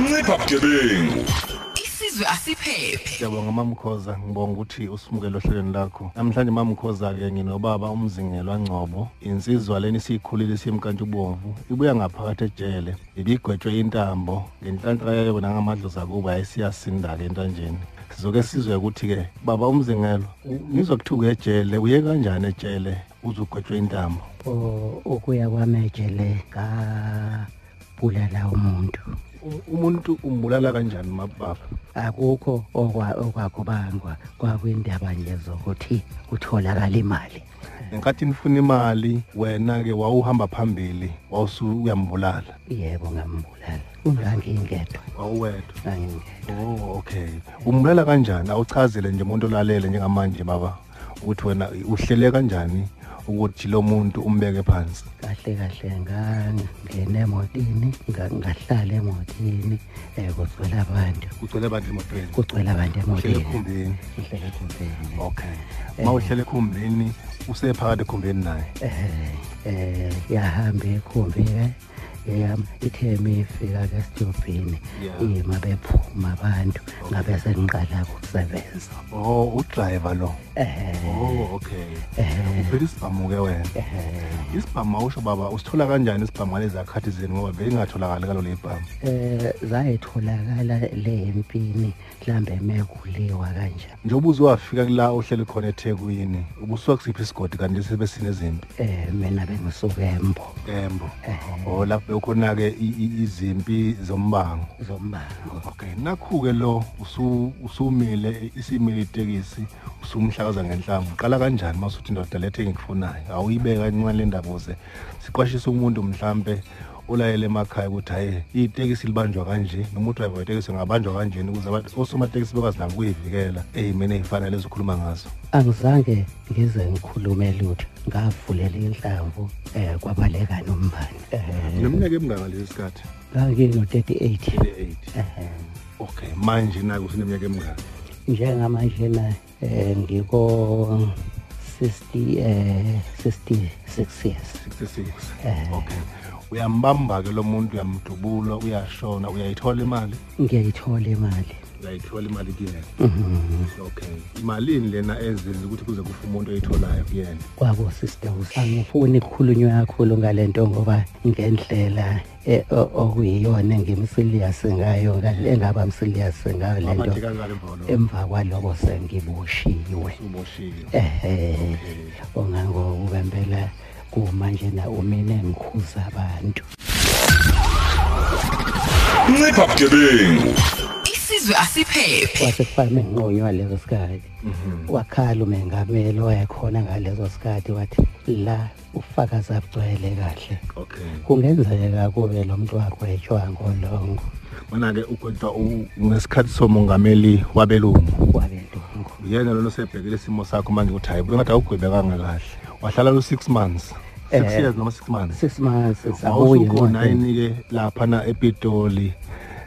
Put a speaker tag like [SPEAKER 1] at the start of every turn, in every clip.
[SPEAKER 1] ncipha bugebengu
[SPEAKER 2] isizwe asiphephe
[SPEAKER 3] siyabonga mamkhoza ngibonga ukuthi usimukele ohlelweni lakho namhlanje mamkhoza-ke nginobaba umzingelo angcobo insizwa leni siyikhulile siyemkantsha ubomvu ibuya ngaphakathi ejele ibigwetshwe intambo ngenhlanhla yayo nangamadlozi akuba yayisiyasinda-ke entanjeni sizoke sizwe ukuthi-ke baba umzingelo ngizwa kuthiwa ejele uye kanjani ejele uze ugwetshwe intambo
[SPEAKER 4] O- ukuya kwamejele kabulala umuntu
[SPEAKER 3] U- umuntu umbulala kanjani mababa
[SPEAKER 4] akukho okwa- okwakubangwa kwakwindaba nje zokuthi utholakala imali
[SPEAKER 3] ngenkathi nifuna imali wena-ke wawuhamba phambili wawusuyambulala
[SPEAKER 4] yebo ngambulala ungangingedwa
[SPEAKER 3] wawuwedwa
[SPEAKER 4] angingedwa
[SPEAKER 3] Oh okay. Umbulala kanjani? Awuchazele nje umuntu olalele njengamanje baba ukuthi wena uhlele kanjani ukuthi lo muntu umbeke phansi.
[SPEAKER 4] kahle kahle ngangena emotini nga- ngahlala emotini um kugcwele abantu
[SPEAKER 3] Ucela abantu emotweni.
[SPEAKER 4] kugcwele abantu
[SPEAKER 3] Uhlele
[SPEAKER 4] emotini
[SPEAKER 3] ekhumbini.
[SPEAKER 4] Ngihleli ekhumbini.
[SPEAKER 3] Okay. Mawuhlele ekhumbini usephakathi ekhumbini naye.
[SPEAKER 4] eh eh yahambe ikhumbi ke yam ithe mifika ke stobhini
[SPEAKER 3] Yeah.
[SPEAKER 4] ima bephuma abantu ngabe sengiqala ukusebenza
[SPEAKER 3] Oh udriver lo.
[SPEAKER 4] eh
[SPEAKER 3] Oh okay.
[SPEAKER 4] Eh.
[SPEAKER 3] Ubheka isibhamu ke wena.
[SPEAKER 4] eh
[SPEAKER 3] Isibhamu awusho baba usithola kanjani isibhamu ngalezi zakhathi zenu ngoba belingatholakali kalo le bhamu.
[SPEAKER 4] eh zayitholakala le empini mhlambe mekuliwa kanje
[SPEAKER 3] Njengoba uzowafika kula ohlele khona eThekwini ubusuka kusiphi isigodi kanti sebesine zimbi.
[SPEAKER 4] eh mina bengisuka embo
[SPEAKER 3] Embo.
[SPEAKER 4] Eh.
[SPEAKER 3] Oh lapho khona ke izimpi zombango.
[SPEAKER 4] zombango
[SPEAKER 3] Okay, nakhu ke lo usu usumile isimile itekisi usumhlakaza ngenhlamba. Uqala kanjani masuthi indoda lethe ngikufunayo? Awuyibeka kancane le ndaba uze siqwashise umuntu mhlambe olayele emakhaya ukuthi hayi itekisi libanjwa kanje noma udriver wetekisi ngabanjwa kanjeni ukuze abantu osomatekisi bekwazi nabo ukuyivikela ey'meni ey'fanele ezikhuluma ngazo
[SPEAKER 4] angizange ngize ngikhulume lutho ngavulela inhlamvu eh kwabaleka nombane eh
[SPEAKER 3] neminyaka emingaka lesi sikhathi
[SPEAKER 4] ngangino 38
[SPEAKER 3] le-eight
[SPEAKER 4] eh
[SPEAKER 3] okay manje nake usuneminyaka emingaka
[SPEAKER 4] njengamanje na eh ngiko 60 eh 66 years
[SPEAKER 3] 66
[SPEAKER 4] Eh.
[SPEAKER 3] okay uyambamba ke lo muntu uyamdubula uyashona uyayithola imali
[SPEAKER 4] ngiyayithola imali
[SPEAKER 3] uyayithola imali kuyena
[SPEAKER 4] Mhm.
[SPEAKER 3] Mm-hmm. okay imalini lena ezenza ukuthi kuze kufe umuntu oyitholayo kuyena
[SPEAKER 4] kwabo sister usangifuni ukukhulunywa kakhulu ngalento ngoba ngendlela eh, o- okuyiyona ngimsilias ngayo ngale- engaba msilias ngayo
[SPEAKER 3] waphathe
[SPEAKER 4] lento
[SPEAKER 3] kangaka emva kwalokho
[SPEAKER 4] emva kwaloko sengiboshiwe
[SPEAKER 3] uboshile
[SPEAKER 4] ehe ongangokuba mpela kumanje na umine ngikhuza abantu
[SPEAKER 1] ncipha bugebengu
[SPEAKER 2] isizwe asiphephe
[SPEAKER 4] wasekufanele nginqonywa leso sikhathi wakhala umengameli owayekhona ngaleso sikhathi wathi la ufakazi abugcwele kahle
[SPEAKER 3] okay
[SPEAKER 4] kungenzeka kube lo mntu wagwetshwa ngolongo
[SPEAKER 3] mana-ke ugwetshwa u- ngesikhathi somongameli wabelungu
[SPEAKER 4] wabelongo
[SPEAKER 3] uyena lona osebhekele isimo sakho manje ukuthi hayi bengathi awugwebekanga kahle wahlala lo-six months six
[SPEAKER 4] Eh.
[SPEAKER 3] years noma six months
[SPEAKER 4] six months sabuye
[SPEAKER 3] wawusukhona yini ke laphana epitoli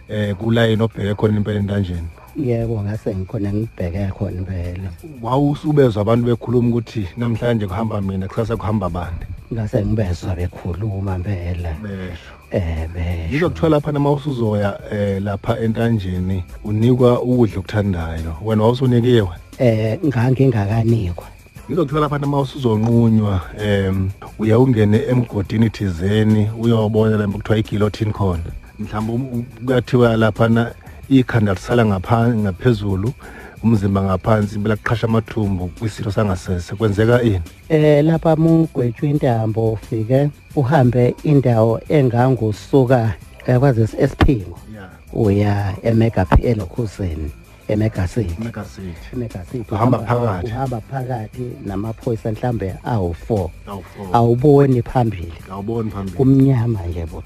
[SPEAKER 3] um kulayini obheke khona impela entanjeni
[SPEAKER 4] yebo ngase ngikhona ngibheke khona impela
[SPEAKER 3] wawusubezwa abantu bekhuluma ukuthi namhlanje kuhamba mina kusasa kuhamba bani
[SPEAKER 4] ngase ngibezwa bekhuluma impela
[SPEAKER 3] besho
[SPEAKER 4] eh besho
[SPEAKER 3] yizo kuthiwa laphana uma usuzoya um lapha entanjeni unikwa ukudla okuthandayo wena wawusunikiwe
[SPEAKER 4] eh ngangingakanikwa
[SPEAKER 3] yizo kuthiwa laphana uma usuzonqunywa um uya ungene emgodini thizeni uyobona lapho kuthiwa igilothini khona mhlawumbe um, kuyathiwa laphana ikhanda lisala ngapha- ngaphezulu umzimba ngaphansi impela kuqhasha amathumbu kwisitho sangasese kwenzeka ini
[SPEAKER 4] Eh lapha mugwetshwe intambo ufike uhambe indawo engangosuka ekwazi esiphingo
[SPEAKER 3] yeah.
[SPEAKER 4] uya emega elokhuzeni emega city
[SPEAKER 3] megasithi
[SPEAKER 4] emega city
[SPEAKER 3] Uhamba phakathi.
[SPEAKER 4] uhamba phakathi namaphoyisa mhlambe awu4
[SPEAKER 3] awufo
[SPEAKER 4] awuboni phambili
[SPEAKER 3] awuboni phambili
[SPEAKER 4] kumnyama nje buqa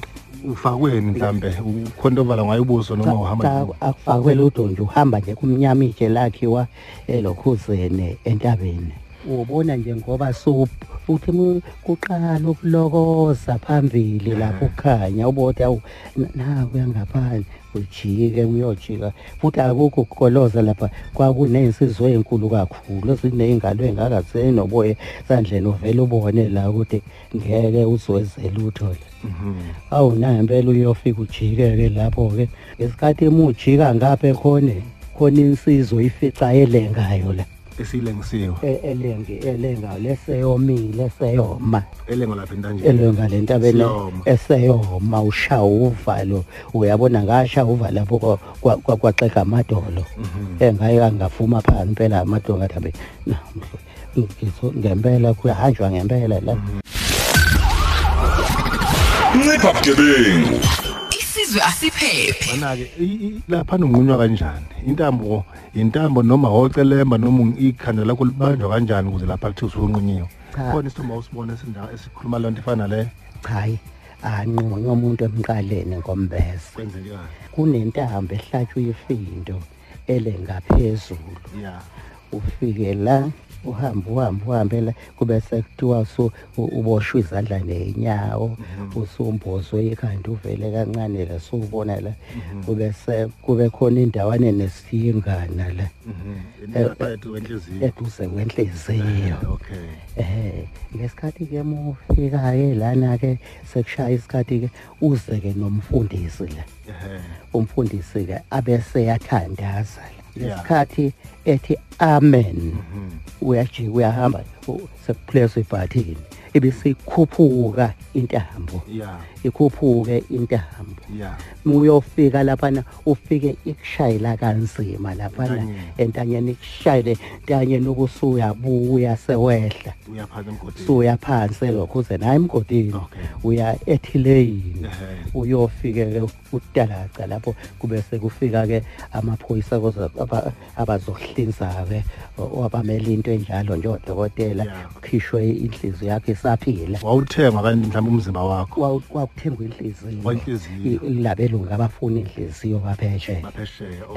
[SPEAKER 3] ufakweni mhlambe ukhonto ovala ngayo ubuso noma uhamba
[SPEAKER 4] Cha, akufakwele udonje uhamba nje kumnyama ije lakhiwa elokhuzeni eh, entabeni ubona nje ngoba so uthi mu- kuqala ukulokoza phambili
[SPEAKER 3] Eh.
[SPEAKER 4] lapho kukhanya ubothi awu nakuya ngaphandle ujike uyojika futhi akukho ukukoloza lapha kwakuney'nsizwa ey'nkulu kakhulu eziney'ngalo ey'ngaka zenoboya sandleni uvele ubone la ukuthi ngeke uzweze lutho la awu nampela uyofika ujike-ke lapho-ke ngesikhathi uma ujika ngapha ekhone khona insizwa ifica elengayo la
[SPEAKER 3] esiyilengisiwe
[SPEAKER 4] E- elenge elengayo leseyomile eseyoma
[SPEAKER 3] elengo lapha entanjeni
[SPEAKER 4] elwenga le ntabeni
[SPEAKER 3] Siyoma.
[SPEAKER 4] eseyoma ushaya uvalo uyabona ngashaya uvalo lapho kwa- kwa- kwa- kwaxega amadolo Eh, engayeka ngafuma phani impela amadolo ngathi ngizo ngempela kuyahanjwa ngempela la
[SPEAKER 1] Ncipha bugebengu.
[SPEAKER 2] isizwe asiphephe
[SPEAKER 3] mana-ke i- i- lapha nunqunywa kanjani intambo intambo noma ocelemba noma ikhanda lakho libanjwa kanjani ukuze lapha kuthiwa usunqunyiwe
[SPEAKER 4] Cha.
[SPEAKER 3] khona isithomba usibone esinda- esikhuluma leyo nto ifana naleyo
[SPEAKER 4] chayi anqunywe umuntu emqaleni ngombese
[SPEAKER 3] kwenzekani
[SPEAKER 4] kunentambo ehlatshwe ifindo elengaphezulu
[SPEAKER 3] ya
[SPEAKER 4] ufike la uhambe uhambe uhambe la kube sekuthiwa so u- uboshwe izandla ney'nyawo usumbozwe ikhanda uvele kancane la suwubona la kube se- kube khona indawane nesiyingana la
[SPEAKER 3] Mhm.
[SPEAKER 4] Eh,
[SPEAKER 3] inaphethe wenhliziyo
[SPEAKER 4] eduze kwenhliziyo
[SPEAKER 3] Eh, okay
[SPEAKER 4] um ngesikhathi-ke uma ufika-ke lana-ke sekushaya isikhathi-ke uze-ke nomfundisi la
[SPEAKER 3] ehe
[SPEAKER 4] umfundisi ke abeseyathandaza
[SPEAKER 3] Yeah. Mm-hmm.
[SPEAKER 4] lesikhathi ethi amen uyajika uyahamba u- sekupleswa ibhathini ibisikhuphuka intambo
[SPEAKER 3] ya
[SPEAKER 4] ikhuphuke intambo
[SPEAKER 3] ya
[SPEAKER 4] uyofika laphana ufike ikushayela kanzima laphana
[SPEAKER 3] Entanyeni.
[SPEAKER 4] entanyeni ikushayele entanyeni ukusuyabuya sewehla
[SPEAKER 3] uyaphatha emgodini
[SPEAKER 4] suya phansi lokho uze naye emgodini
[SPEAKER 3] Okay.
[SPEAKER 4] uya ethileyini
[SPEAKER 3] Ehhe.
[SPEAKER 4] uyofike-ke utalaca lapho kube sekufika-ke amaphoyisa koza- aba- abazohlinza-ke o- abamele into enjalo njodokotela
[SPEAKER 3] Yeah.
[SPEAKER 4] kukhishwe inhliziyo yakho isaphila
[SPEAKER 3] wawuthengwa kanti mhlawumbe umzimba wakho
[SPEAKER 4] Kwaku- kwakuthengwa inhliziyo
[SPEAKER 3] Kwanhliziyo.
[SPEAKER 4] I- labelungu abafuna inhliziyo baphesheya
[SPEAKER 3] maphesheya o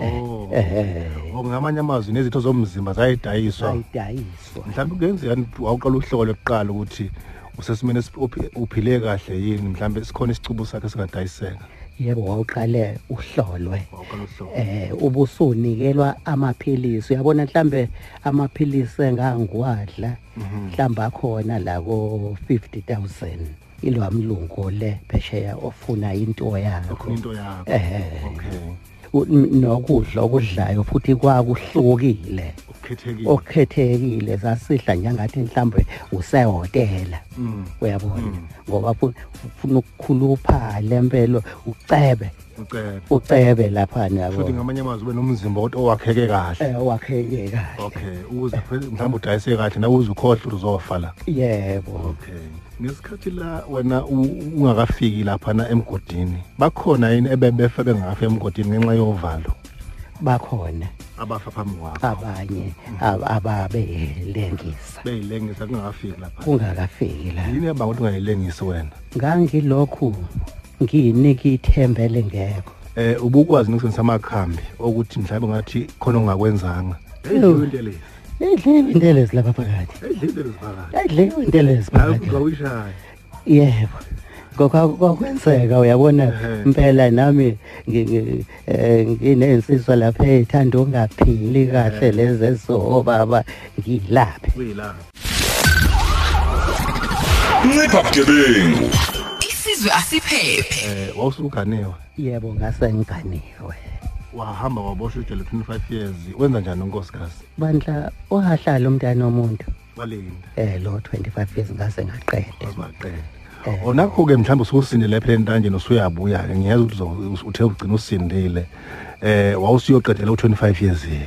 [SPEAKER 4] Eh, ehe.
[SPEAKER 3] o oh. ngamanye amazwi nezitho zomzimba zayidayiswa
[SPEAKER 4] ayidayiswa
[SPEAKER 3] mhlawumbe kuyenzeka wawuqala uhlolo lokuqala ukuthi usesimeni esip- uphi- uphile kahle yini mhlawumbe sikhona isicubo sakhe singadayiseka
[SPEAKER 4] yebo wawuqale uhlolwe
[SPEAKER 3] wawuqala uhlolo
[SPEAKER 4] eh ubusunikelwa amaphilisi uyabona mhlambe amaphilisi engangiwadla
[SPEAKER 3] Mhm.
[SPEAKER 4] mhlambe akhona la ko 50000 ilwamlungu le phesheya ofuna into yakho
[SPEAKER 3] okhona into yakho
[SPEAKER 4] Ehhe.
[SPEAKER 3] okay
[SPEAKER 4] U- n- nokudla okudlayo futhi kwakuhlukile
[SPEAKER 3] okukhethekile
[SPEAKER 4] okhethekile sasidla njengathi mhlambe usehotela
[SPEAKER 3] Mm.
[SPEAKER 4] uyabona ngoba fu- ufuna ukukhuluphale impela ucebe
[SPEAKER 3] ucebe
[SPEAKER 4] ucebe lapha nabo
[SPEAKER 3] futhi ngamanye amazwi ube nomzimba othi owakheke kahle
[SPEAKER 4] eh wakheke kahle
[SPEAKER 3] okay ukuze phela mhlawumbe udayise kahle nawuze ukhohle ukuthi uzofa la
[SPEAKER 4] yebo
[SPEAKER 3] okay ngesikhathi la wena u- ungakafiki laphana emgodini bakhona yini ebebefa bengakafi emgodini ngenxa yovalo
[SPEAKER 4] bakhona
[SPEAKER 3] abafa phambi
[SPEAKER 4] Ah.
[SPEAKER 3] kwakho
[SPEAKER 4] abanye ab- ababelengisa
[SPEAKER 3] beyilengisa kungakafiki lapha
[SPEAKER 4] kungakafiki la
[SPEAKER 3] yini ebanga ukuthi ungayilengisi wena
[SPEAKER 4] ngangilokhu ngiyinika ithembe lengekho
[SPEAKER 3] um ubukwazi nokusebenzisa amakhambi okuthi mhlawumbe ngathi khona ongakwenzanga
[SPEAKER 4] Ewu.
[SPEAKER 3] Eyidliwe intelezi
[SPEAKER 4] edliwe intelezi lapha phakathi
[SPEAKER 3] eyidliwe intelezi phakathi
[SPEAKER 4] edliwe intelezi phakathi
[SPEAKER 3] ngawishaya
[SPEAKER 4] yebo Ngokwa- kwakwenzeka uyabona
[SPEAKER 3] Ehhe.
[SPEAKER 4] impela nami ngi- ngi- eh, nginensizwa lapha ey'thanda ungaphili kahle lezi ezobaba ngilaphe
[SPEAKER 3] kuyilanga
[SPEAKER 1] Ncipha bugebengu.
[SPEAKER 2] isizwe asiphephe
[SPEAKER 3] um wawusuganiwe
[SPEAKER 4] yebo ngasenganiwe
[SPEAKER 3] wahamba waboshwa ijele 25 years wenza njani unkosikazi
[SPEAKER 4] bandla ohahlala umntana womuntu
[SPEAKER 3] walinda
[SPEAKER 4] eh lo 25 years ngase ngaqede
[SPEAKER 3] azibaqele onakho-ke Oh, mhlawumbe ususindile phela entanjeni usuyabuya-ke ngiyazi ukuthi uzo- uthe ugcina usindile um wawusuyoqedela u-25 years-ke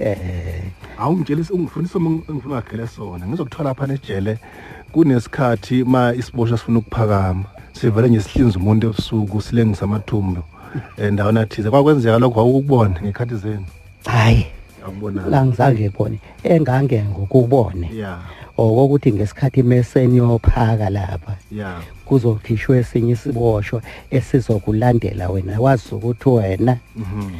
[SPEAKER 4] eh
[SPEAKER 3] awungitshelisi ungifunisa uma engifuna ngagele sona ngizokuthola phana ejele kunesikhathi ma isiboshwa sifuna ukuphakama sivele nje sihlinza umuntu ebusuku silengisa amathumbu endaweni athize kwakwenzeka lokho wawukubone ngekhathi zenu
[SPEAKER 4] hayi
[SPEAKER 3] awukubonayo
[SPEAKER 4] langizange khona engangengokubone
[SPEAKER 3] ya
[SPEAKER 4] okokuthi ngesikhathi meseni yophaka lapha
[SPEAKER 3] ya
[SPEAKER 4] kuzokhishwa esinye isiboshwa esizokulandela wena wazi ukuthi wena
[SPEAKER 3] mhm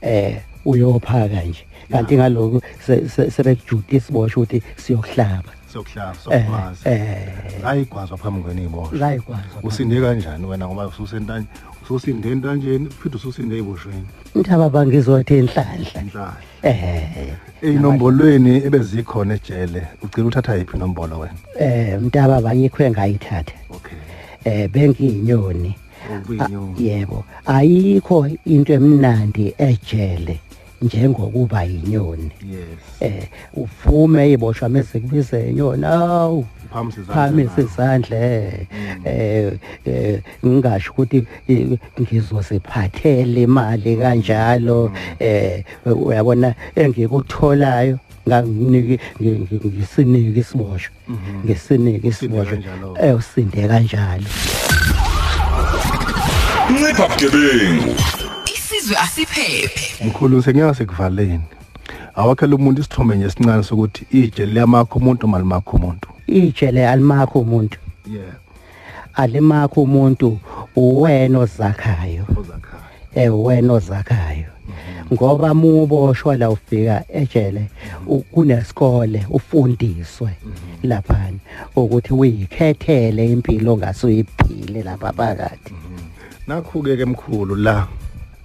[SPEAKER 4] eh uyophaka nje kanti ngaloko se- se- sebekujudisi bosho ukuthi siyokuhlaba
[SPEAKER 3] siyokuhlaba
[SPEAKER 4] eh
[SPEAKER 3] sokwazi
[SPEAKER 4] eh
[SPEAKER 3] ayigwazwa phambi kwenu iboshwe
[SPEAKER 4] ngayikwazi
[SPEAKER 3] usinde kanjani wena ngoba ususentanje ususinde entanjeni futhi ususinde eboshweni
[SPEAKER 4] indaba bangizothi enhlanhla
[SPEAKER 3] inhlahla
[SPEAKER 4] eh
[SPEAKER 3] ey'nombolweni ebezikhona ejele ugcina uthatha yiphi inombolo wena
[SPEAKER 4] eh mntaba bangikho engayithatha
[SPEAKER 3] okay
[SPEAKER 4] eh bengiyinyoni
[SPEAKER 3] Ubuyinyoni.
[SPEAKER 4] Ah, yebo ayikho into emnandi ejele njengokuba yinyoni
[SPEAKER 3] yes
[SPEAKER 4] eh uvume iboshwa mase kubize inyoni awu
[SPEAKER 3] phambi
[SPEAKER 4] phamise izandle eh eh, ngingasho ukuthi eh, ngizosiphathela imali kanjalo eh uyabona engikutholayo nganginike ngi- ngi- ngisinike isiboshwa ngisinike isiboshwa
[SPEAKER 3] kanjalo.
[SPEAKER 4] eh usinde kanjalo
[SPEAKER 1] ncipha bugebengu
[SPEAKER 2] isizwe asiphephe
[SPEAKER 3] mkhulu sengiyanga sekuvaleni awakhela umuntu isithombe nje esincane sokuthi ijele liyamakho umuntu uma limakho umuntu
[SPEAKER 4] ijele alimakho umuntu
[SPEAKER 3] yeah
[SPEAKER 4] alimakho umuntu uwena ozakhayo
[SPEAKER 3] ozakhaya
[SPEAKER 4] ewena ozakhayo ngoba muboshwa la ufika ejele u- kunesikole ufundiswe laphana ukuthi uyikhethele impilo ongasoyiphile lapha phakathi
[SPEAKER 3] nakhu-ke ke mkhulu la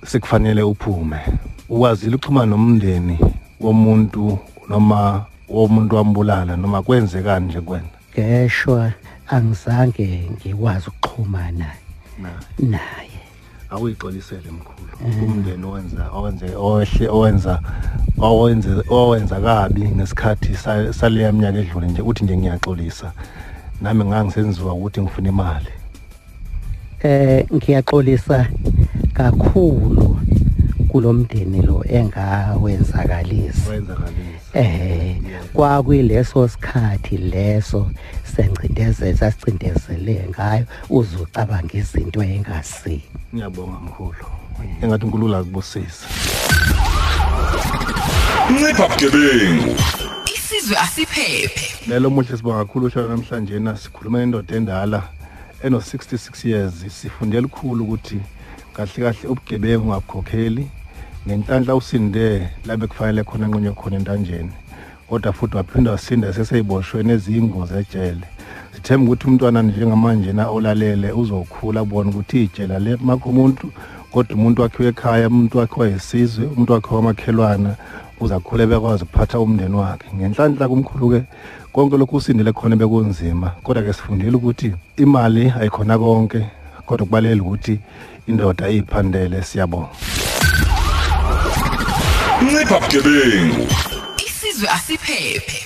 [SPEAKER 3] sekufanele uphume ukwazile ukuxhuma nomndeni womuntu noma womuntu wambulala noma kwenzekani nje kwena
[SPEAKER 4] ngeshwa angizange ngikwazi ukuxhumana naye
[SPEAKER 3] awuyixolisele mkhulu umndeni owenza owenze owehle owenza owenze owenza kabi ngesikhathi sa- saleya minyaka edlule nje uthi nje ngiyaxolisa nami ngangisenziwa ukuthi ngifuna imali
[SPEAKER 4] eh ngiyaxolisa kakhulu kulomndeni lo engawenzakalisi
[SPEAKER 3] wenzakalisa
[SPEAKER 4] eh kwakuyileso sikhathi leso sencindezelo sasicindezele ngayo uzucabanga izinto engasi
[SPEAKER 3] ngiyabonga mkhulu engathi unkulunkulu akubusise
[SPEAKER 1] ncipha bugebengu
[SPEAKER 2] isizwe asiphephe
[SPEAKER 3] lelo muhle sibonga kakhulu uhlelo namhlanje na sikhuluma nendoda endala eno 66 years sifunde likhulu ukuthi kahle kahle ubugebengu ungakukhokheli ngenhlanhla usinde labe kufanele khona nqunywe khona entanjeni kodwa futhi waphinda wasinda seseyiboshweni eziyingozi ejele sithemba ukuthi umntwana njengamanje na olalele uzokhula abone ukuthi ijela le makho umuntu kodwa umuntu wakhe wekhaya umuntu wakhe wayesizwe umuntu wakhe wamakhelwana uzakhule bekwazi ukuphatha umndeni wakhe ngenhlanhla kumkhulu-ke konke lokhu usindele khona bekunzima kodwa-ke sifundile ukuthi imali ayikhona konke kodwa kubalulekile ukuthi indoda iyiphandele siyabonga
[SPEAKER 1] ncipha bugebengu
[SPEAKER 2] isizwe asiphephe